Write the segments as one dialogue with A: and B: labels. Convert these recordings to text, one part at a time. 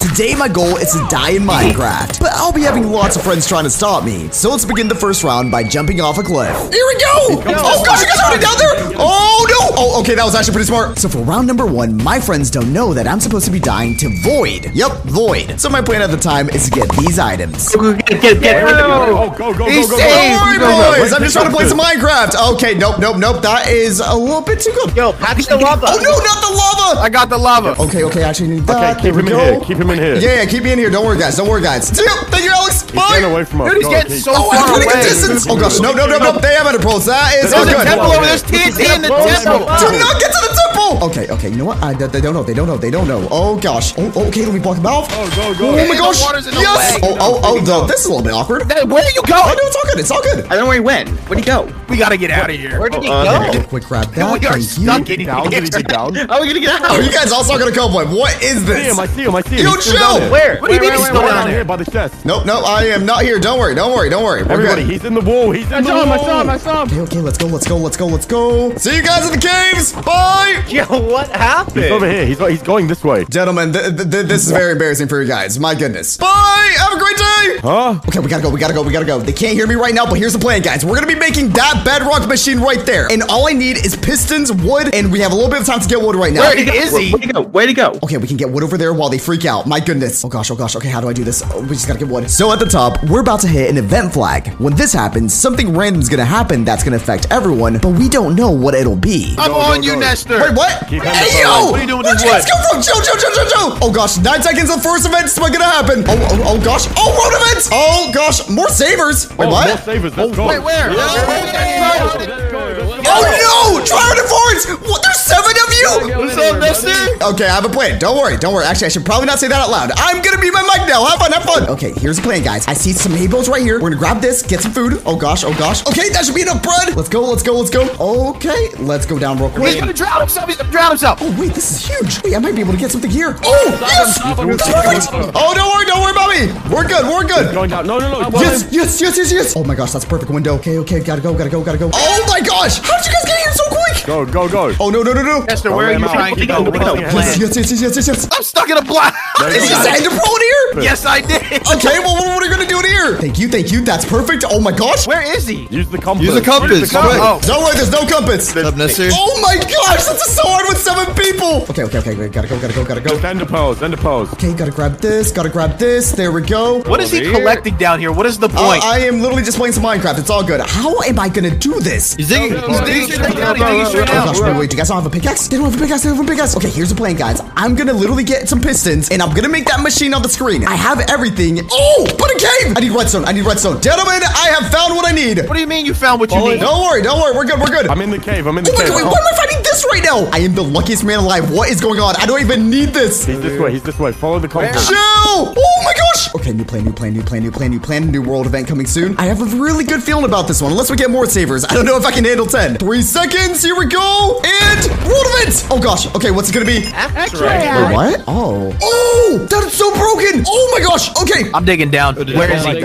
A: Today my goal is to die in Minecraft, but I'll be having lots of friends trying to stop me. So let's begin the first round by jumping off a cliff. Here we go! Oh gosh, you guys already down there? Oh no! Oh, okay, that was actually pretty smart. So for round number one, my friends don't know that I'm supposed to be dying to Void. Yep, Void. So my plan at the time is to get these items.
B: Go, go, Get, get, get.
C: Oh, go, go, go,
B: He's
C: go, go,
B: safe.
C: go.
A: Don't worry,
B: Go, go, go.
A: boys. I'm just trying to play some Minecraft. Okay, nope, nope, nope. That is a little bit too good.
B: Yo, how do you lava?
A: Oh no, not the lava!
B: I got the lava.
A: Okay, okay, actually need
C: Okay,
A: that.
C: keep
A: There
C: him
A: we
C: in
A: go.
C: here. Keep him in here.
A: Yeah, yeah, keep me in here. Don't worry, guys. Don't worry, guys. Yep, thank you, Alex. Bye.
C: Get away from us.
B: Dude, he's
C: Go,
B: getting
C: keep-
B: so
A: Oh, I'm
B: far
A: trying to get
B: away.
A: distance. Oh gosh, no, no, no, no. They have other pros. That is
B: There's
A: not
B: a
A: good.
B: temple over there. There's TNT in the temple.
A: Do not get to the temple. Okay, okay. You know what? I, they don't know. They don't know. They don't know. Oh gosh. Oh, oh, okay. Let me block him out.
C: Go, go, go.
A: Oh my
B: the
A: gosh.
B: water's in the
A: Yes.
B: way.
A: Oh, oh, oh. No. This is a little bit awkward.
B: That- Where did you
A: Oh
B: go?
A: no, it's all good. It's all good.
B: I don't know where he went. Where'd he go?
D: We gotta get out of here.
B: Where did he
C: uh,
B: go?
A: Quick grab
B: Dude,
A: that.
B: we are
A: Thank you.
B: stuck in here.
C: Down? Did he get down?
B: How are we gonna get out?
A: Oh, you guys all suck at a co one. What is
C: I see
A: this?
C: him. I see him. I see him.
A: Yo,
C: He's still
A: chill.
C: down there.
B: Where? What do you
C: Wait,
B: mean
C: wait,
B: he's
C: wait,
B: still
C: right
B: down
C: here
B: there?
C: by the chest.
A: Nope, nope. I am not here. Don't worry. Don't worry. Don't worry. We're
C: Everybody,
A: good.
C: he's in the wall. He's in
B: I
C: the
B: saw
C: wall.
B: him. I saw him. I saw him.
A: Okay, okay, let's go, let's go, let's go, let's go. See you guys in the caves. Bye.
B: Yo, what
C: He's over
B: happened?
C: here. He's he's going this way.
A: Gentlemen, th- th- th- this is very embarrassing for you guys. My goodness. Bye. Have a great day.
C: Huh?
A: Okay, we gotta go, we gotta go, we gotta go. They can't hear me right now, but here's the plan, guys. We're gonna be making that bedrock machine right there. And all I need is pistons, wood, and we have a little bit of time to get wood right now.
B: Where is he? Where'd he go? Where'd he go?
A: Okay, we can get wood over there while they freak out. My goodness. Oh gosh, oh gosh. Okay, how do I do this? Oh, we just gotta get wood. So at the top, we're about to hit an event flag. When this happens, something random's gonna happen that's gonna affect everyone, but we don't know what it'll be.
D: I'm on you, Nestor.
A: Wait, what?
C: Keep on
A: hey,
C: the
A: yo!
C: phone.
D: What are you doing with
A: Where'd
D: this
A: you guys
D: wood?
A: come from? Joe, Joe, Joe, Joe, Joe! Oh gosh, nine seconds of first event. It's not gonna happen. Oh, oh, oh gosh. Oh, road events! Oh gosh, more savers. Wait,
C: Oh,
A: what?
C: More savers. Let's go.
B: Wait, where?
C: Let's go, let's go, let's go.
A: Oh no! Try and forwards! What? There's seven of you!
D: What's up, Nestor?
A: Okay, I have a plan. Don't worry, don't worry. Actually, I should probably not say that out loud. I'm gonna be my mic now. Have fun, have fun. Okay, here's the plan, guys. I see some hay bales right here. We're gonna grab this, get some food. Oh gosh, oh gosh. Okay, that should be enough bread. Let's go, let's go, let's go. Okay, let's go down real
B: He's
A: quick.
B: gonna drown himself. He's gonna drown himself.
A: Oh wait, this is huge. Wait, I might be able to get something here. Oh yes!
C: him, stop him, stop him.
A: Perfect! Oh, don't worry, don't worry about me. We're good, we're good.
C: Going down. No, no, no.
A: Yes, yes, yes, yes, yes. Oh my gosh, that's a perfect window. Okay, okay, gotta go, gotta go, gotta go. Oh my gosh, how did you guys get here so quick?
C: Go, go, go.
A: Oh no, no, no, no.
B: Nestor, where are you trying to go? Without the
A: Yes,
B: plan?
A: yes, yes, yes, yes, yes, yes.
B: I'm stuck in a block.
A: Is this an ender pearl in here?
B: Yes, I did.
A: Okay, well, what are we gonna do in here? Thank you, thank you. That's perfect. Oh my gosh.
B: Where is he?
C: Use the compass.
E: Use the compass. Quick.
B: Oh,
A: Don't worry, there's no compass.
E: What's up, Nestor?
A: Oh my gosh, that's so hard with seven people. Okay, okay, okay, gotta go, gotta go, gotta go.
C: Ender pose. Ender pose.
A: Okay, gotta grab this, gotta grab this. There we go.
B: what is he collecting down here? What is the
A: Uh,
B: point?
A: I am literally just playing some Minecraft. It's all good. How am I gonna do this?
E: He's digging. He's digging.
B: He's digging down, he's digging straight
A: Oh
B: down.
A: gosh, wait, wait, do you guys not have a pickaxe? They don't have a pickaxe, they don't have a pickaxe. Okay, here's the plan, guys. I'm gonna literally get some pistons and I'm gonna make that machine on the screen. I have everything. Oh, but a cave! I need redstone, I need redstone. Gentlemen, I have found what I need.
B: What do you mean you found what you
C: Follow
B: need?
C: it up.
A: Don't worry, don't worry, we're good, we're good.
C: I'm in the cave. I'm in the
A: Oh my
C: cave.
A: god, wait, why am I fighting this right now? I am the luckiest man alive. What is going on? I don't even need this.
C: He's this way. He's this way. Follow the compass.
A: Chill! Oh my gosh! Okay, new plan, new plan, new plan, new plan, new plan, new world event coming soon. I have a really good feeling about this one, unless we get more savers. I don't know if I can handle 10. Three seconds, here we go, and world event! Oh gosh, okay, what's it gonna be? Wait, what? Oh. Oh! That's so broken! Oh my gosh! Okay!
B: I'm digging down. Where is he? Where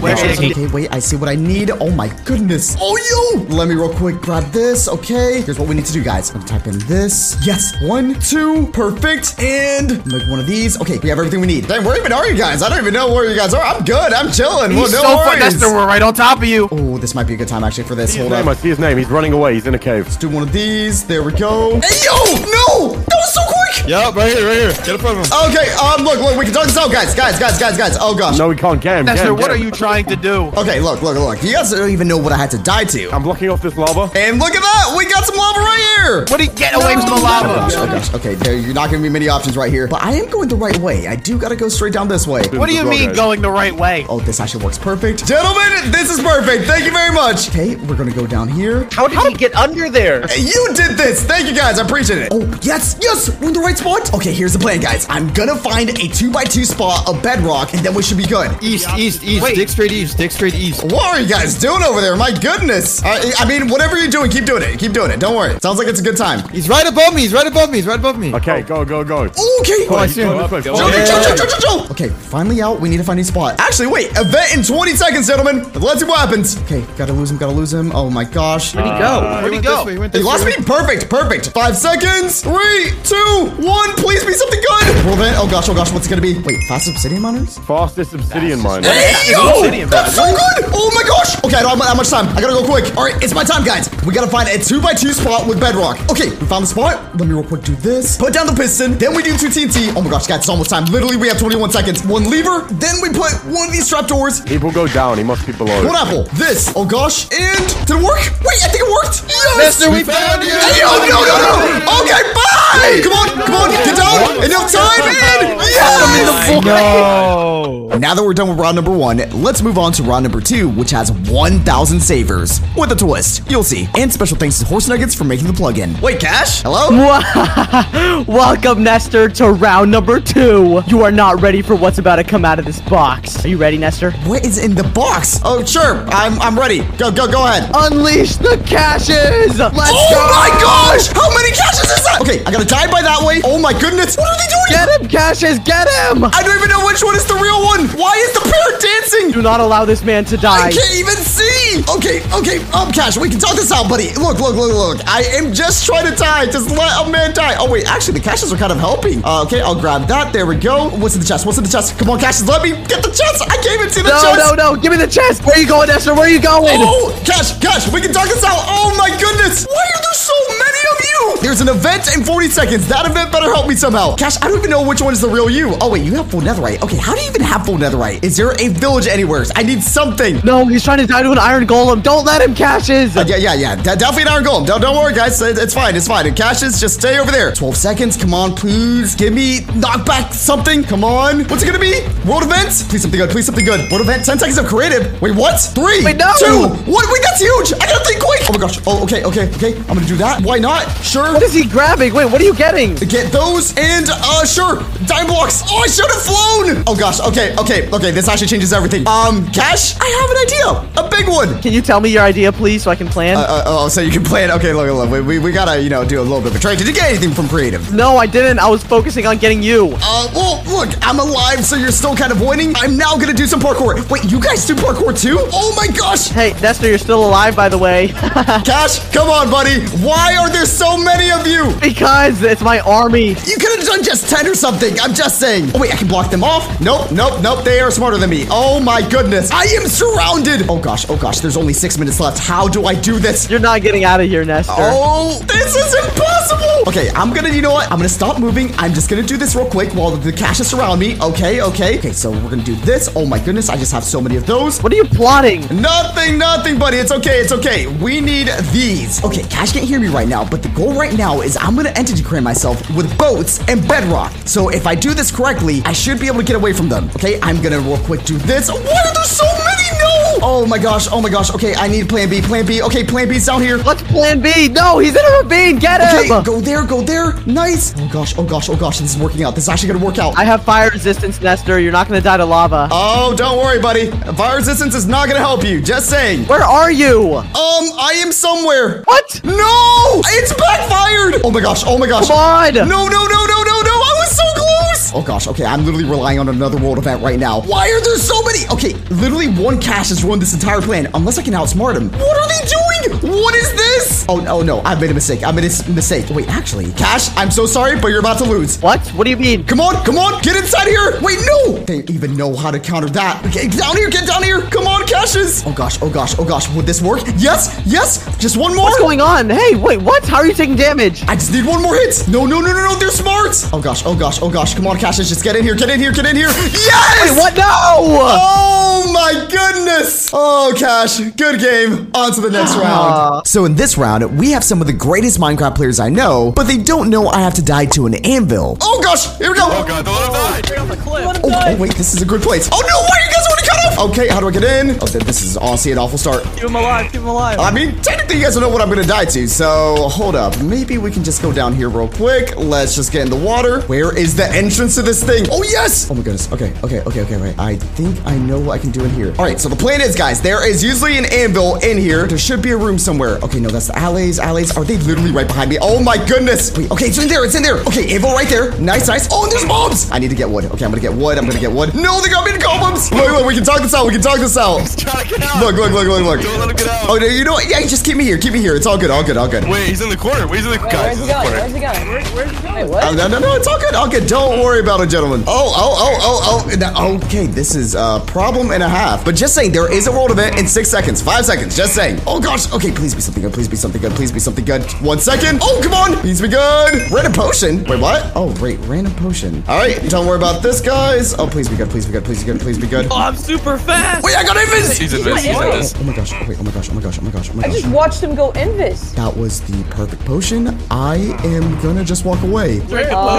A: Gosh,
B: is he?
A: okay, wait, I see what I need. Oh my goodness. Oh, yo! Let me real quick grab this, okay? Here's what we need to do, guys. I'm gonna type in this. Yes, one, two, perfect. And make one of these. Okay, we have everything we need. Dang, where even are you guys? I don't even know where you guys are. I'm good. I'm chilling.
B: He's
A: well,
B: so
A: no
B: far.
A: worries.
B: Nestor, we're right on top of you.
A: Oh, this might be a good time actually for this.
C: See his
A: Hold
C: name. I
A: up.
C: see his name. He's running away. He's in a cave.
A: Let's do one of these. There we go. Hey, yo! No! That was so quick!
E: Yup, right here, right here. Get in front of him.
A: Okay, um, look, look, we can talk this out, guys. Guys, guys, guys, guys. Oh, gosh.
C: No, we can't get him. Get
B: Nestor,
C: him,
B: what
C: get
B: are
C: him.
B: you trying to do?
A: Okay, look, look, look. You guys don't even know what I had to die to.
C: I'm blocking off this lava.
A: And look at that! We got some lava right here!
B: What do you get away from the
A: Oh gosh, oh
B: lava?
A: gosh, okay, there, you're not giving me many options right here. But I am going the right way. I do gotta go straight down this way.
B: What do you mean going the right way?
A: Oh, this actually works perfect. Gentlemen, this is perfect. Thank you very much. Okay, we're gonna go down here.
B: How did he get under there?
A: Hey, You did this! Thank you guys, I appreciate it. Oh, yes, yes, we're in the right spot. Okay, here's the plan, guys. I'm gonna find a two by two spot of bedrock, and then we should be good.
E: East, east, east.
B: Wait.
E: Dig straight east. Dig straight east.
A: What are you guys doing over there? My goodness. I, I mean, whatever you're doing, keep doing it. Keep doing it. Don't worry. Sounds like it's a good time.
E: He's right above me. He's right above me. He's right above me.
C: Okay, go, go, go.
A: Okay.
C: Oh, I see him.
E: Go
C: This way.
A: Joe,
E: up, go
C: Follow
E: up.
C: him.
A: Joe, Joe, Joe, Joe, Joe, Joe. Okay, finally out. We need to find a spot. Actually, wait. Event in 20 seconds, gentlemen. Let's see what happens. Okay, gotta lose him. Gotta lose him. Oh my gosh.
B: Where'd he go? Where'd he
E: went
B: go?
E: this way, went
A: He
E: this
A: lost
E: way.
A: me. Perfect. Perfect. Five seconds. Three, two, one. Please be something good. Roll that. Oh gosh, oh gosh, what's it gonna be? Wait, fast obsidian miners?
C: Fastest obsidian mine.
A: Hey, yo! That's so good! Oh my gosh! Okay, I don't have that much time. I gotta go quick. All right, it's my time, guys. We gotta find a two by two spot with bedrock. Okay, we found the spot. Let me real quick do this. Put down the piston. Then we do two TNT. Oh my gosh, guys, it's almost time. Literally, we have 21 seconds. One lever. Then we put one of these trap doors.
C: People go down. He must be below.
A: One apple. This. Oh gosh. And did it work? Wait, I think it worked. Yes.
E: we found you!
A: Hey, oh no no no! Okay, bye. Come on, come on, get down. Enough time in. Yes.
B: Oh.
E: No!
A: Now that we're done with round number one, let's move on to round number two, which has 1,000 savers. With a twist, you'll see. And special thanks to Horse Nuggets for making the plug-in. Wait, Cash? Hello?
F: Welcome, Nestor, to round number two. You are not ready for what's about to come out of this box. Are you ready, Nestor?
A: What is in the box? Oh, sure. I'm I'm ready. Go, go, go ahead.
F: Unleash the caches! Let's
A: oh
F: go!
A: my gosh! How many caches is that? Okay, I gotta dive by that way. Oh my goodness. What are they doing?
F: Get him, caches! Get him!
A: I don't even know which one is the real one. Why is the parrot dancing?
F: Do not allow this man to
A: I
F: die.
A: can't even see. Okay, okay, um, Cash, we can talk this out, buddy. Look, look, look, look. I am just trying to die. Just let a man die. Oh wait, actually, the caches are kind of helping. Uh, okay, I'll grab that. There we go. What's in the chest? What's in the chest? Come on, Cash, let me get the chest. I can't even see the
F: No,
A: chest.
F: no, no! Give me the chest! Where are you going, Nestor? Where are you going?
A: Oh, Cash, Cash, we can talk this out. Oh my goodness. Why are there so many of you? There's an event in 40 seconds. That event better help me somehow. Cash, I don't even know which one is the real you. Oh wait, you have full netherite. Okay, how do you even have full netherite? Is there a village anywhere? I need something.
F: No, he's trying to die to an iron golem. Don't let him, caches!
A: Uh, yeah, yeah, yeah. De- definitely an iron golem. Don't, don't worry, guys. It- it's fine. It's fine. It caches. Just stay over there. 12 seconds. Come on, please. Give me knock back something. Come on. What's it going to be? World event? Please something good. Please something good. World event. 10 seconds of creative. Wait, what? Three.
F: Wait, no.
A: Two. What? Wait, that's huge. I got to think quick. Oh, my gosh. Oh, okay, okay, okay. I'm going to do that. Why not? Sure.
F: What is he grabbing? Wait, what are you getting?
A: Get those and uh sure dime blocks. Oh, I should have flown. Oh gosh. Okay, okay, okay. This actually changes everything. Um, cash. I have an idea. A big one.
F: Can you tell me your idea, please, so I can plan?
A: Uh, oh, so you can play it. Okay, look, look, we, we, we gotta, you know, do a little bit of a trade. Did you get anything from creative?
F: no, I didn't. I was focusing on getting you.
A: Uh, well, look, I'm alive, so you're still kind of winning. I'm now gonna do some parkour. Wait, you guys do parkour too? Oh my gosh!
F: Hey, Nestor, you're still alive, by the way.
A: Cash, come on, buddy. Why are there so many of you?
F: because it's my army.
A: You could have done just 10 or something. I'm just saying. Oh, wait, I can block them off. Nope, nope, nope. They are smarter than me. Oh my goodness. I am surrounded. Oh gosh, oh gosh. There's only six minutes left. How do I do this?
F: You're not getting out of here, Nestor.
A: Oh, this is impossible. Okay, I'm gonna, you know what? I'm gonna stop moving. I'm just gonna do this real quick while the caches surround me. Okay, okay. Okay, so we're gonna do this. Oh my goodness, I just have so many of those.
F: What are you plotting?
A: Nothing, nothing, buddy. It's okay, it's okay. We need these. Okay, Cash can't hear me right now, but the goal right now is I'm gonna entity crane myself with boats and bedrock. So if I do this correctly, I should be able to get away from them. Okay, I'm gonna real quick do this. Why are there so many? No! Oh my gosh, oh my gosh. Okay, I need plan B, plan B. Okay, plan B's down here.
F: What's plan B? No, he's in a ravine. Get
A: Okay,
F: him.
A: go there, go there. Nice. Oh gosh, oh gosh, oh gosh. This is working out. This is actually gonna work out.
F: I have fire resistance, Nestor. You're not going to die to lava. Uh,
A: oh, don't worry, buddy. Fire resistance is not gonna help you. Just saying. Um,
F: Where are you?
A: I am somewhere.
F: What?
A: No! It's backfired! Oh my gosh, oh my gosh.
F: Come on.
A: No, no, no, no, no, no. I was so close. Oh gosh, okay. I'm literally relying on another world event right now. Why are there so many? Okay, literally one cash has ruined this entire plan, unless I can outsmart him. What are they doing? What is this? Oh, no, no. I made a mistake. I made a s- mistake. Wait, actually, Cash, I'm so sorry, but you're about to lose.
F: What? What do you mean?
A: Come on, come on, get inside here. Wait, no. They even know how to counter that. Get down here, get down here. Come on, caches. Oh gosh, oh gosh, oh gosh. Would this work? Yes, yes. Just one more.
F: What's going on? Hey, wait, what? How are you taking damage?
A: I just need one more hit. No, no, no, no, no. They're smart. Oh gosh, oh gosh, oh gosh. Come on, caches. Just get in here, get in here, get in here. Yes.
F: Wait, what? No!
A: Oh my goodness! Oh, Cash, good game. On to the next
F: Ah.
A: round. So, in this round, we have some of the greatest Minecraft players I know, but they don't know I have to die to an anvil. Oh gosh, here we go.
D: Oh god, the little died.
A: Oh, oh, wait, this is a good place. Oh no, why are you guys already cut off? Okay, how do I get in? Oh, th- this is honestly an awful start.
F: Keep him alive. Keep him alive.
A: I mean, technically you guys don't know what I'm gonna die to, so hold up. Maybe we can just go down here real quick. Let's just get in the water. Where is the entrance to this thing? Oh yes! Oh my goodness. Okay, okay, okay, okay, wait. I think I know what I can do in here. Alright, so the plan is, guys, there is usually an anvil in here. There should be a room somewhere. Okay, no, that's the alleys. Alleys, are they literally right behind me? Oh my goodness! Wait, okay, it's in there, it's in there. Okay, anvil right there. Nice, nice. Oh, and there's mobs! I need to get wood. Okay, I'm gonna get wood. I'm gonna get wood. No, they got me in goblins! Wait, wait, we can talk this this out. We can talk this out.
D: Try to get out.
A: Look, look, look, look, look.
D: Don't let him get out.
A: Oh, no, you know what? Yeah, just keep me here. Keep me here. It's all good. All good. All good.
D: Wait, he's in the corner. Wait, he's in the
G: Wait, where's
D: guys.
G: he
D: he's in the
G: going? Where's
D: corner.
G: he going? Where, where's he going? Wait, what?
A: Oh, no, no, no, it's all good. All good. Don't worry about it, gentlemen. Oh, oh, oh, oh, oh. Now, okay, this is a problem and a half. But just saying, there is a world event in six seconds, five seconds. Just saying. Oh gosh. Okay, please be something good. Please be something good. Please be something good. One second. Oh, come on. Please be good. Random potion. Wait, what? Oh, wait, random potion. All right, don't worry about this, guys. Oh, please be good. Please be good. Please be good. Please be good.
E: Oh, I'm super fast.
A: Wait, I got invis.
D: He's in this. He's in
A: Oh,
D: this.
A: oh my gosh. Oh, wait. Oh my gosh. Oh my gosh. Oh my gosh. Oh my
G: I
A: gosh.
G: just watched him go invis.
A: That was the perfect potion. I am gonna just walk away.
G: Uh,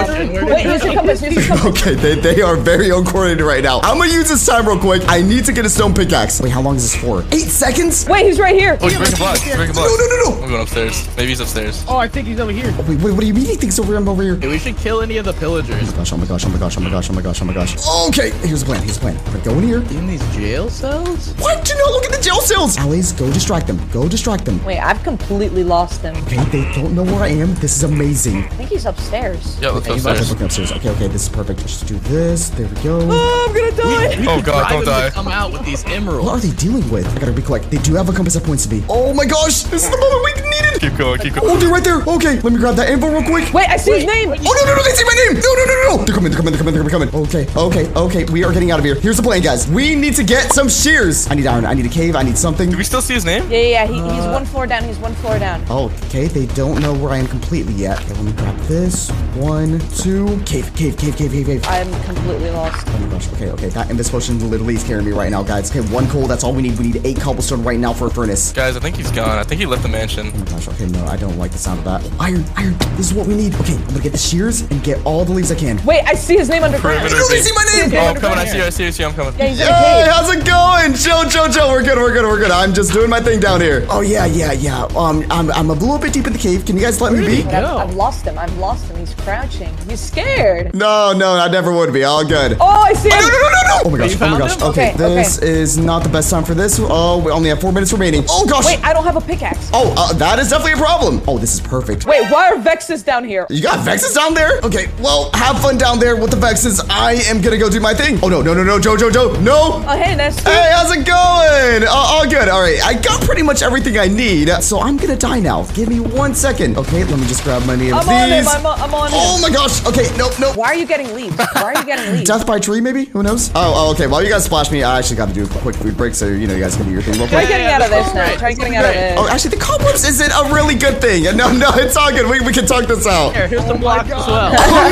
G: wait, here's the compass. Here's the compass.
A: Okay, they, they are very uncoordinated right now. I'm gonna use this time real quick. I need to get a stone pickaxe. Wait, how long is this for? Eight seconds?
G: Wait, he's right here.
D: Oh, he's breaking blocks. He's breaking
A: No,
D: blocks.
A: no, no, no.
D: I'm going upstairs. Maybe he's upstairs.
E: Oh, I think he's over here.
A: Oh, Wait, wait, what do you mean he thinks over here? I'm over here? Oh
E: we should kill any of the pillagers.
A: my gosh, oh my gosh, oh my gosh, oh my gosh, oh my gosh, oh my gosh. Okay, here's the plan, here's the plan. I'm gonna go in here.
E: In these jail cells?
A: Why do you not look at the jail cells? Always, go distract them. Go distract them.
G: Wait, I've completely lost him. I
A: Okay, they don't know where I am. This is amazing.
G: think he's upstairs.
D: Yeah, let's go
A: Okay,
D: upstairs.
A: looking upstairs. Okay, okay, this is perfect. Let's just do this. There we go.
G: I'm gonna die.
D: Oh, God, don't die.
E: Come out with these emeralds.
A: What are they dealing with? I gotta be quick. They do have a compass that points to me. Oh my gosh, this is the moment we needed.
D: Keep going. Keep going.
A: Oh, they're right there. Okay, let me grab that info real quick.
G: Wait, I see his name.
A: Oh no no no! They see my name. No no no no! no. They're coming! They're coming! They're coming! They're coming! Okay okay okay. We are getting out of here. Here's the plan, guys. We need to get some shears. I need iron. I need a cave. I need something.
D: Do we still see his name?
G: Yeah, yeah, yeah. He, he's one floor down. He's one floor down.
A: Okay, they don't know where I am completely yet. Okay, let me grab this. One, two. Cave, cave, cave, cave, cave, cave.
G: I'm completely lost.
A: Oh my gosh. Okay, okay. That and this potion literally is carrying me right now, guys. Okay, one coal. That's all we need. We need eight cobblestone right now for a furnace.
D: Guys, I think he's gone. I think he left the mansion.
A: Oh my gosh. Okay, no, I don't like the sound of that. Oh, Iron, iron. This is what we need. Okay, I'm gonna get the shears and get all the leaves I can.
G: Wait, I see his name underground.
D: Perimeter.
A: They see my name.
D: Oh, I'm coming. I see you. I see you. I see you. I'm coming.
G: Yeah, he's in a
A: Hey,
G: cave.
A: how's it going? Chill, chill, chill. We're good, we're good, we're good. I'm just doing my thing down here. Oh yeah, yeah, yeah. Um, I'm, I'm a little bit deep in the cave. Can you guys let me be?
G: But I've, I've lost him. I've lost him. He's crouching. He's scared.
A: No, no, I never would be. All good.
G: Oh, I see him.
A: no, no, no, no, no! Oh my gosh, oh my
E: found
A: gosh.
E: him?
A: Okay,
G: Okay,
A: this is not the best time for this. Oh, we only have four minutes remaining. Oh gosh.
G: Wait, I don't have a pickaxe.
A: Oh, uh, that is definitely a problem. Oh, this is perfect.
G: Wait, why are Vexes down here?
A: You got Vexes down there? Okay, well, have fun down there with the Vexes. I am gonna go do my thing. Oh, no, no, no, no, Joe, Joe, Joe. No,
G: Oh, hey, Nestor.
A: Hey, how's it going? Uh, all good. All right, I got pretty much everything I need, so I'm gonna die now. Give me one second. Okay, let me just grab my name.
G: I'm on him. I'm on, I'm on him.
A: Oh my gosh. Okay, nope, nope.
G: Why are you getting leaves? Why are you getting leaves?
A: Death by tree, maybe? Who knows? Oh, oh, okay. While you guys splash me, I actually got to do a quick food break, so you know you guys can do your thing real
G: Try
A: quick.
G: getting out of this now. Try getting out of this.
A: Oh, actually, the cobwebs isn't a really good thing. No, no, it's all good. We, we can talk this out.
E: Here's some blocks as well.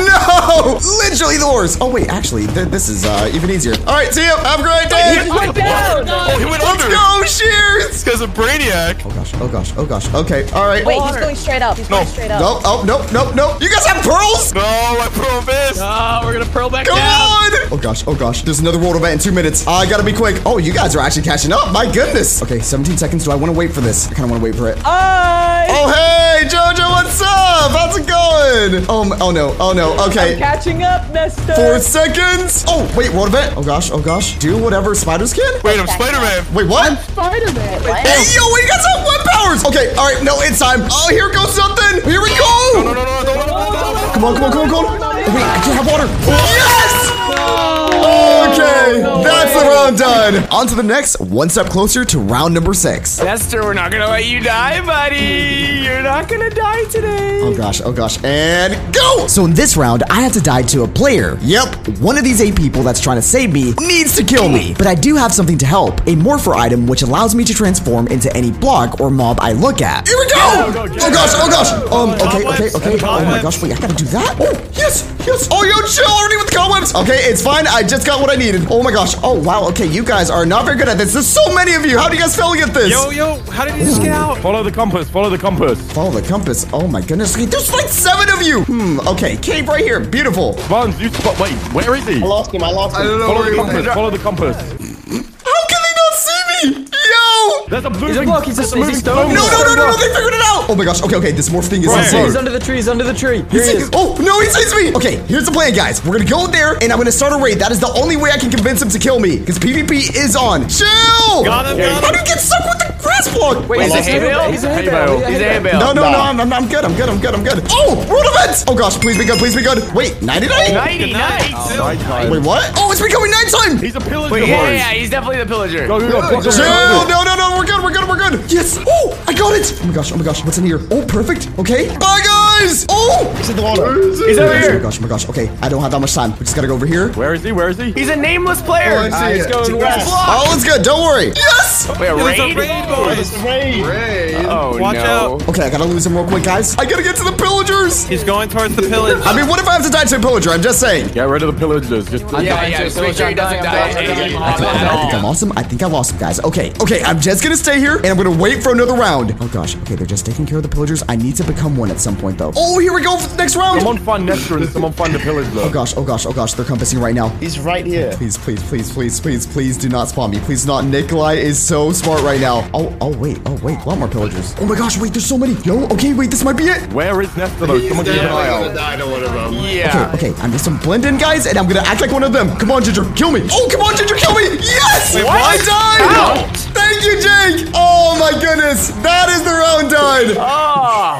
A: Oh no! Literally the worst. Oh wait, actually, th- this is uh, even easier. All right, see you. Have a great
G: He's
A: day.
G: going down.
D: Oh, he went
A: Let's
D: under.
A: go, Shears.
D: This guy's a brainiac.
A: Oh gosh. Oh gosh. Oh gosh. Okay. All right.
G: Wait, he's going straight up. He's going
D: No.
G: straight up.
A: Nope, oh, nope, nope, nope. You guys have pearls?
D: No, I promise.
E: Ah, we're gonna pearl back
A: Come
E: down.
A: on! Oh gosh, oh gosh. There's another world event in two minutes. I gotta be quick. Oh, you guys are actually catching up. My goodness. Okay, 17 seconds. Do I wanna wait for this? I kinda wanna wait for it.
G: I
A: Oh, hey, JoJo, what's up? How's it going? Oh, m- oh no, oh no.
G: am
A: Okay.
G: catching up, Nestor.
A: Four seconds. Oh, wait, world event? Oh gosh, oh gosh. Do whatever spiders can? Wait,
D: Wait, I'm Spider-Man.
A: wait what?
G: Spider-Man.
A: Hey, yo, wait, you guys have web powers. Okay, all right, no, it's time. Oh, here goes something. Here we go.
D: No, no, no, no, don't.
A: Come on, come on, come on, come on. Wait, I can't have water. Yes! Okay, that's the round done. On to the next, one step closer to round number six.
D: Esther, we're not gonna let you die, buddy. You're not gonna die today.
A: Oh gosh, oh gosh, and go! So in this round, I have to die to a player. Yep, one of these eight people that's trying to save me needs to kill me. But I do have something to help, a morpher item which allows me to transform into any block or mob I look at. Here we go! Oh gosh, oh gosh! Um, okay, okay, okay. Oh my gosh, wait, I gotta do that? Oh, yes, yes! Oh, yo, chill already with cobwebs! Okay, it's fine, I just got what I needed. Oh my gosh, oh wow, okay, you guys are not very good at this. There's so many of you, how do you guys failing at this?
B: yo, how did you just get out?
C: Follow the compass. Follow the compass.
A: Follow the compass. Oh my goodness. Okay, There's like seven of you. Hmm. Okay. Cave right here. Beautiful.
C: Vance, you spot. Wait, where is he?
H: lost him. I lost him.
D: I don't know
C: Follow
D: where
C: the
D: he
C: compass.
D: went.
C: Follow the compass.
A: How can they not see me? Yo.
C: There's a blue
F: a
C: thing.
F: block, he's a
C: There's
F: sneaky
C: moving
F: stone.
C: stone.
A: No, no, no, no, no. They figured it out. Oh my gosh. Okay, okay. This morph thing is
C: Right.
A: insane.
F: He's under the tree. He's under the tree. Here he
A: He's-
F: is.
A: Oh no, he sees me! Okay, here's the plan, guys. We're gonna go there and I'm gonna start a raid. That is the only way I can convince him to kill me. Because PvP is on. Chill!
B: Got him, got him.
A: How do you get stuck with the grass block.
D: Wait, is
C: I
D: it
C: lost
D: hay
C: it.
D: bale?
C: He's a hay bale.
D: He's a hay bale.
A: No, no, no, I'm, I'm, I'm good, I'm good, I'm good, I'm good. Oh, world events! Oh gosh, please be good, please be good. Wait, 99?
D: 90 nights.
C: Nighttime.
A: Wait, what? Oh, it's becoming nighttime!
C: He's a pillager,
D: Wait,
C: boys.
D: yeah, yeah, yeah, he's definitely the pillager.
C: Go, go, go. block the
A: Chill!
C: road.
A: No, no, no, we're good, we're good, we're good! Yes! Oh, I got it! Oh my gosh, oh my gosh, what's in here? Oh, perfect, okay. Bye, guys! Oh! He's in the water.
D: He's over
A: Oh my
D: here.
A: gosh, oh my gosh, okay. I don't have that much time. We just gotta go over here.
C: Where is he? Where is he?
D: He's a nameless player.
A: Oh, I see
D: Ah, he's
A: it.
D: going west. Block.
A: All is good, don't worry. Yes!
D: Wait, a raid? Oh,
H: Watch
D: no.
H: out.
A: Okay, I gotta lose him real quick, guys. I gotta get to the pillagers!
H: He's going towards the pillage.
A: I mean, what if I have to die to a pillager? I'm just saying.
C: Get rid of the pillagers. Just
D: Yeah, yeah, just make sure he doesn't die. Hey,
A: I,
D: off
A: think-
D: at
A: I think I
D: all.
A: lost him. I think I lost him, guys. Okay, okay, I'm just gonna stay here and I'm gonna wait for another round. Oh gosh, okay, they're just taking care of the pillagers. I need to become one at some point though. Oh, here we go for the next round.
C: Someone find Nestor and someone find the
A: Oh
C: pillager.
A: gosh, oh gosh, oh gosh, they're compassing right now.
B: He's right here.
A: Please, please, please, please, please, please do not spawn me. Please do not. Nikolai is so smart right now. Oh, oh wait, oh wait, a lot more pillagers. Oh my gosh, wait, there's so many. Yo, okay, wait, this might be it.
C: Where is Nestor though? Someone keep an eye out.
D: Yeah.
A: Okay, I'm just gonna blend in, guys, and I'm gonna act like one of them. Come on, Ginger, kill me. Oh, come on, Ginger, kill me. Yes! I died! Thank you, Jake! Oh my goodness! That is the round done!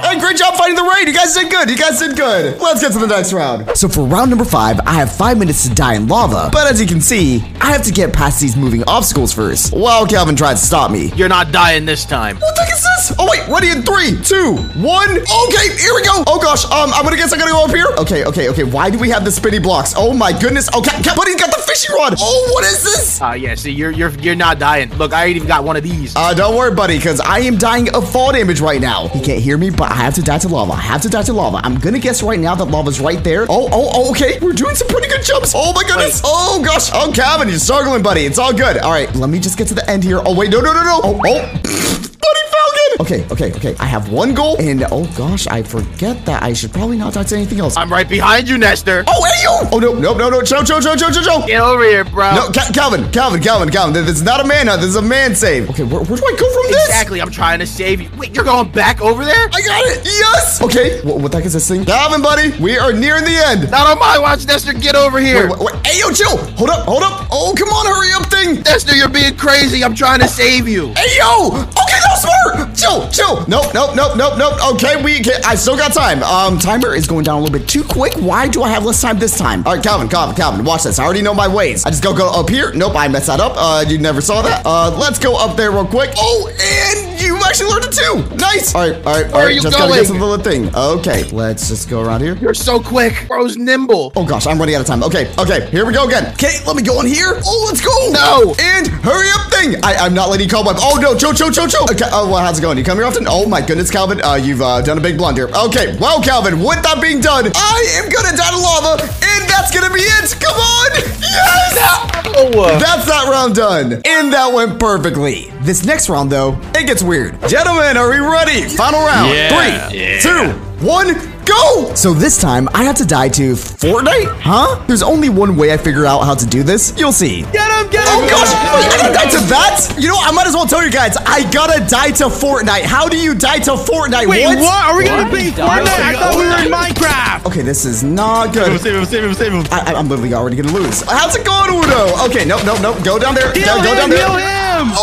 A: Hey, great job fighting the raid! You guys did good! You guys did good! Let's get to the next round. So for round number five, I have five minutes to die in lava. But as you can see, I have to get past these moving obstacles first. While Calvin tried to stop me.
B: You're not dying this time.
A: What the heck is this? Oh wait, ready in three, two, one. Okay, here we go. Oh gosh, um, I'm gonna guess I gotta go up here. Okay, okay, okay. Why do we have the spinny blocks? Oh my goodness. Okay, okay, but he's got the fishing rod. Oh, what is this?
B: Ah, yeah. See, you're you're you're not dying. Look, I even got one of these.
A: Uh, don't worry, buddy, because I am dying of fall damage right now. He can't hear me, but I have to die to lava. I have to die to lava. I'm gonna guess right now that lava's right there. Oh, oh, oh, okay. We're doing some pretty good jumps. Oh my goodness. Oh gosh. Oh, Calvin, you're struggling, buddy. It's all good. All right, let me just get to the end here. Oh wait, no, no, no, no. Oh, oh. Buddy Falcon! Okay, okay, okay. I have one goal, and oh gosh, I forget that I should probably not talk to anything else.
B: I'm right behind you, Nestor.
A: oh, hey, you! Oh, no, no, no, no. Joe, Joe, Joe, Joe, Joe, Joe!
B: Get over here, bro.
A: No, Ca- Calvin, Calvin, Calvin, Calvin. This is not a manhunt. This is a man save. Okay, where, where do I go from this?
B: Exactly. I'm trying to save you. Wait, you're going back over there?
A: I got it. Yes. Okay. What, what the heck is this thing? Calvin, buddy, we are nearing the end.
B: Not on my watch, Nestor. Get over here.
A: Wait, wait, wait. Hey, yo, chill. Hold up. Hold up. Oh, come on. Hurry up, thing.
B: Nestor, you're being crazy. I'm trying to save you.
A: Hey, yo. Okay, no, smart. Chill, chill. Nope, nope, nope, nope, nope. Okay, we can. I still got time. Um, timer is going down a little bit too quick. Why do I have less time this time? All right, Calvin, Calvin, Calvin. Watch this. I already know my ways. I just go go up here. Nope, I messed that up. Uh, you never saw that. Uh, let's go up there real quick. Oh, and you actually learned it too. Nice. All right, all right, all right.
B: Where are you
A: just gotta get to the
B: going?
A: little thing. Okay, let's just go around here.
B: You're so quick. Bro's nimble.
A: Oh gosh, I'm running out of time. Okay, okay, here we go again. Okay, let me go in here. Oh, let's go. No. And hurry up, thing. I, I'm not letting you call my. Oh no, Cho, Cho, Cho, Cho. Okay. Oh, well, how's it going? You come here often? Oh my goodness, Calvin. Uh, you've uh, done a big blunder. Okay. Well, Calvin, with that being done, I am gonna die to lava, and that's gonna be it. Come on. Yes. That's that round done. And that went perfectly. This next round, though, it gets weird. Gentlemen, are we ready? Final round.
H: Yeah.
A: Three, two, one, go! So this time, I have to die to Fortnite? Huh? There's only one way I figure out how to do this. You'll see.
B: Get him. Get him.
A: Oh gosh, wait, I gotta die to that? You know, I might as well tell you guys, I gotta die to Fortnite. How do you die to Fortnite?
B: Wait, what? Are we
F: What?
B: gonna be Fortnite? I thought we were in Minecraft.
A: Okay, this is not good.
C: Save him, save him, save him.
A: I, I- I'm literally already gonna lose. How's it going, Udo? Okay, nope, nope, nope. Go down there. go, go down there.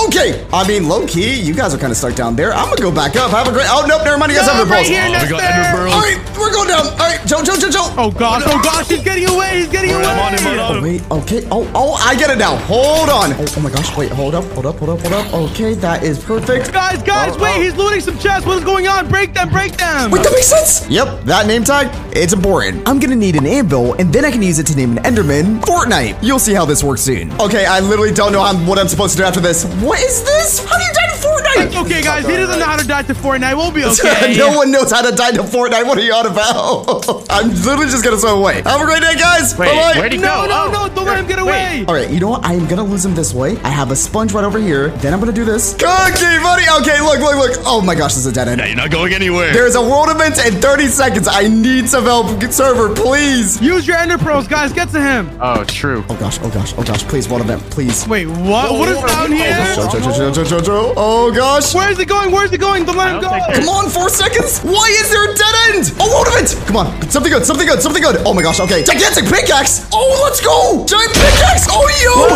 A: Okay. I mean, low key, you guys are kind of stuck down there. I'm gonna go back up. Have a great. Oh nope, never mind. You guys have the balls.
C: We got Ender
A: All
C: Burrow.
A: right, we're going down. All right, Joe, Joe, Joe, Joe.
H: Oh gosh, oh gosh, he's getting away, he's getting away.
C: I'm on him, I'm on
A: Oh,
C: him.
A: wait, okay. Oh, oh, I get it now. Hold on. Oh, oh my gosh. Wait, hold up, hold up, hold up, hold up. Okay, that is perfect. Oh,
H: Guys, guys, wait, he's looting some chests. What is going on? Break them, break them.
A: Wait, that makes sense. Yep, that name tag, it's important. I'm gonna need an anvil, and then I can use it to name an Enderman Fortnite. You'll see how this works soon. Okay, I literally don't know how I'm, what I'm supposed to do after this. What is this? How do you die to Fortnite?
H: It's okay, guys. He doesn't know how to die to Fortnite. We'll be okay.
A: no one knows how to die to Fortnite. What are you on about? I'm literally just gonna swim away. Have a great day, guys.
D: Wait,
A: Bye-bye.
D: where'd he
H: No,
D: go?
H: no,
D: Oh,
H: no, don't let him get away.
A: All right, you know what? I am gonna lose him this way. I have a sponge right over here. Then I'm gonna do this. Cookie, buddy. Okay, look, look, look. Oh my gosh, this is a dead end.
C: You're not going anywhere.
A: There's a world event in 30 seconds. I need some help, server, please.
H: Use your ender pearls, guys. Get to him.
D: Oh, true.
A: Oh gosh, oh gosh, oh gosh. Please, world event, please.
H: Wait, what? What is down
A: Jo,
H: here?
A: jo, jo, jo, jo, jo. Oh gosh.
H: Where is it going? Where is it going? Don't let him go.
A: Come on, four seconds? Why is there a dead end? A load of it! Come on, something good, something good, something good. Oh my gosh, okay. Gigantic pickaxe! Oh, let's go! Giant pickaxe! Oh, yo!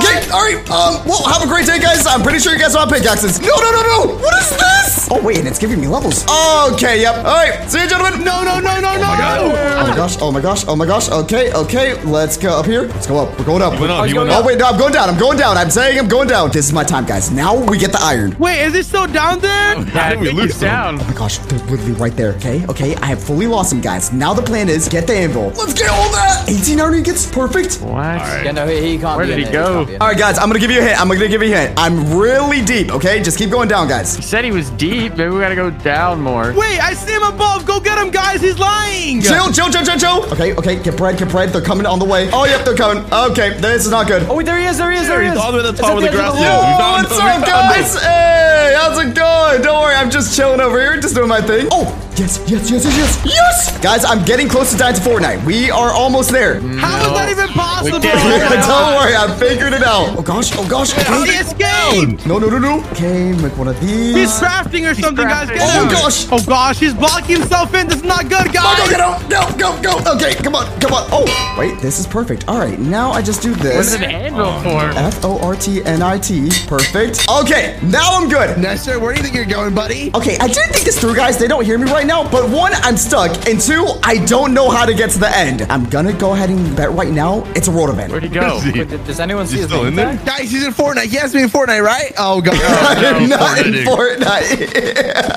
A: Okay, all right. Um, well, have a great day, guys. this? I'm pretty sure you guys want pickaxes. No, no, no, no. What is this? Oh, wait, and it's giving me levels. Okay, yep. All right. See you, gentlemen.
B: No, no, no, no, no.
A: Oh my gosh, oh my gosh, oh my gosh. Okay, okay, let's go up here. Let's go up. We're going up.
C: went up, he went
A: oh,
C: up.
A: wait, no, I'm going down. I'm going down. I'm saying I'm going down. This is my time, guys. Now we get the iron. Oh
H: Wait, is it still down there?
C: How did we lose them?
D: down.
A: my gosh, they're literally right there. Okay, okay, I have fully lost them, guys. Now the plan is get the anvil. Let's get all that. 18 iron gets perfect.
D: What?
C: Alright.
E: no, he, he can't
D: Where
E: be
D: did
E: in
D: he
E: it,
D: go?
E: can't be in it.
A: All right, guys, I'm gonna give you a hint. I'm gonna give you a hint. I'm really deep, okay? Just keep going down, guys.
D: He said he was deep. Maybe we gotta go down more.
H: Wait, I see him above. Go get him, guys. He's lying.
A: Chill, chill, chill, chill, chill. Okay, okay, get bread, get bread. They're coming on the way. Oh, yep, they're coming. Okay, this is not good.
D: Oh, there he is. There he is. There he
C: He's
D: is.
C: all the way at the
D: It's
C: top
D: at
C: of the
D: the edge
C: grass.
D: of the
C: Yeah, we found
A: What's
C: him, we
A: up,
C: found him.
A: guys? Hey, how's it going? Don't worry, I'm just chilling over here, just doing my thing. Oh, yes, yes, yes, yes, yes, yes! Guys, I'm getting close to dying to Fortnite. We are almost there.
H: How is that even possible?
A: Don't worry, I figured it out. Oh gosh, oh gosh.
H: He
A: Okay.
H: escaped.
A: No, no, no, no. Okay, make one of these.
H: He's crafting or something, guys. Get
A: Oh
H: him.
A: my gosh.
H: Oh gosh, he's blocking himself in. This is not good,
A: Go, go,
H: guys.
A: get out. Go, go, go. Okay, come on, come on. Oh, wait, this is perfect. All right, now I just do
D: What's
A: this.
D: an anvil for?
A: F O R T N I T. Perfect. Okay, now I'm good.
B: Nestor, where do you think you're going, buddy?
A: Okay, I did think this through, guys. They don't hear me right now. But one, I'm stuck. And two, I don't know how to get to the end. I'm gonna go ahead and bet right now it's a world event.
D: Where'd he go?
C: Where is he?
E: Wait, Does anyone see
C: He's
E: his
C: still in
E: name
C: there?
E: tag?
B: Guys, he's in Fortnite. He has to be in Fortnite, right? Oh, God.
A: I am
C: no,
A: not in
C: Fortnite.
A: Fortnite.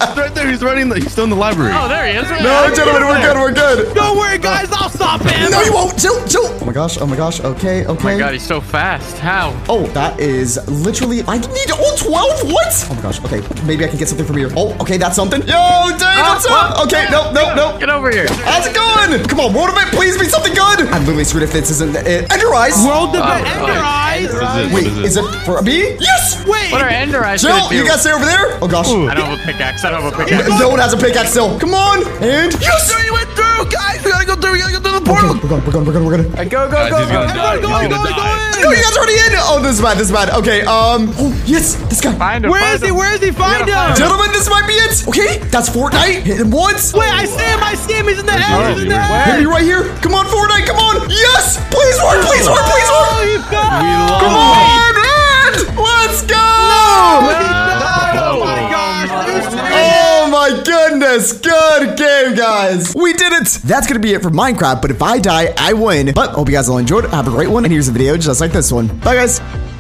C: He's right there. He's running. The, he's still in the library.
D: Oh, there he is.
A: no, gentlemen, we're good. We're good.
H: Don't worry, guys. I'll stop him.
A: No, you won't. Chill, chill. Oh my gosh. Oh my gosh. Okay. Okay.
D: Oh my god, he's so fast. How?
A: Oh, that is literally. I need all 12? What? Oh my gosh. Okay. Maybe I can get something from here. Oh, okay. That's something. Yo, Dave,
D: Ah,
A: what's up? Okay. Nope, nope, nope.
D: Get over here.
A: How's it going? Come on, world event. Please be something good. I'm literally screwed if this isn't it. And your eyes.
H: World event.
D: Oh,
H: End your eyes.
C: What is it?
A: Wait,
C: What
A: is it for me? Yes!
D: What are
H: Wait.
D: ender eyes
A: Jill,
D: gonna do?
A: you guys stay over there? Oh gosh.
D: I don't have a pickaxe. I don't have a pickaxe.
A: No one has a pickaxe still. Come on! And yes!
B: Nestor, you went through, guys. We gotta go through. We gotta go through the
A: Okay,
B: portal.
A: we're going, we're going, we're going, we're going.
E: Hey, Go, go,
C: Guys,
E: go,
C: he's
E: go.
C: gonna die.
H: Everyone, go,
C: He's
H: go,
C: gonna die.
A: No,
H: go
A: you
H: in.
A: guys already in! Oh, this is bad, this is bad. Okay, um, oh, yes, this guy.
D: Find him.
H: Where
D: find
H: is he?
D: him.
H: Where is he? Find
D: gotta
H: him.
A: Gentlemen, this might be it. Okay, that's Fortnite. Hit him once.
H: Wait, I see him. I see him. He's in the air. He's in the
C: Where's
H: air.
A: Hit me right here. Come on, Fortnite, come on. Yes! Please work, please work, please
H: Oh,
A: work!
H: he fell.
A: Come on, and let's go!
H: Oh my gosh. Are you serious?
A: Oh my goodness, good game, guys. We did it. That's gonna be it for Minecraft, but if I die, I win. But hope you guys all enjoyed. Have a great one, and here's a video just like this one. Bye, guys.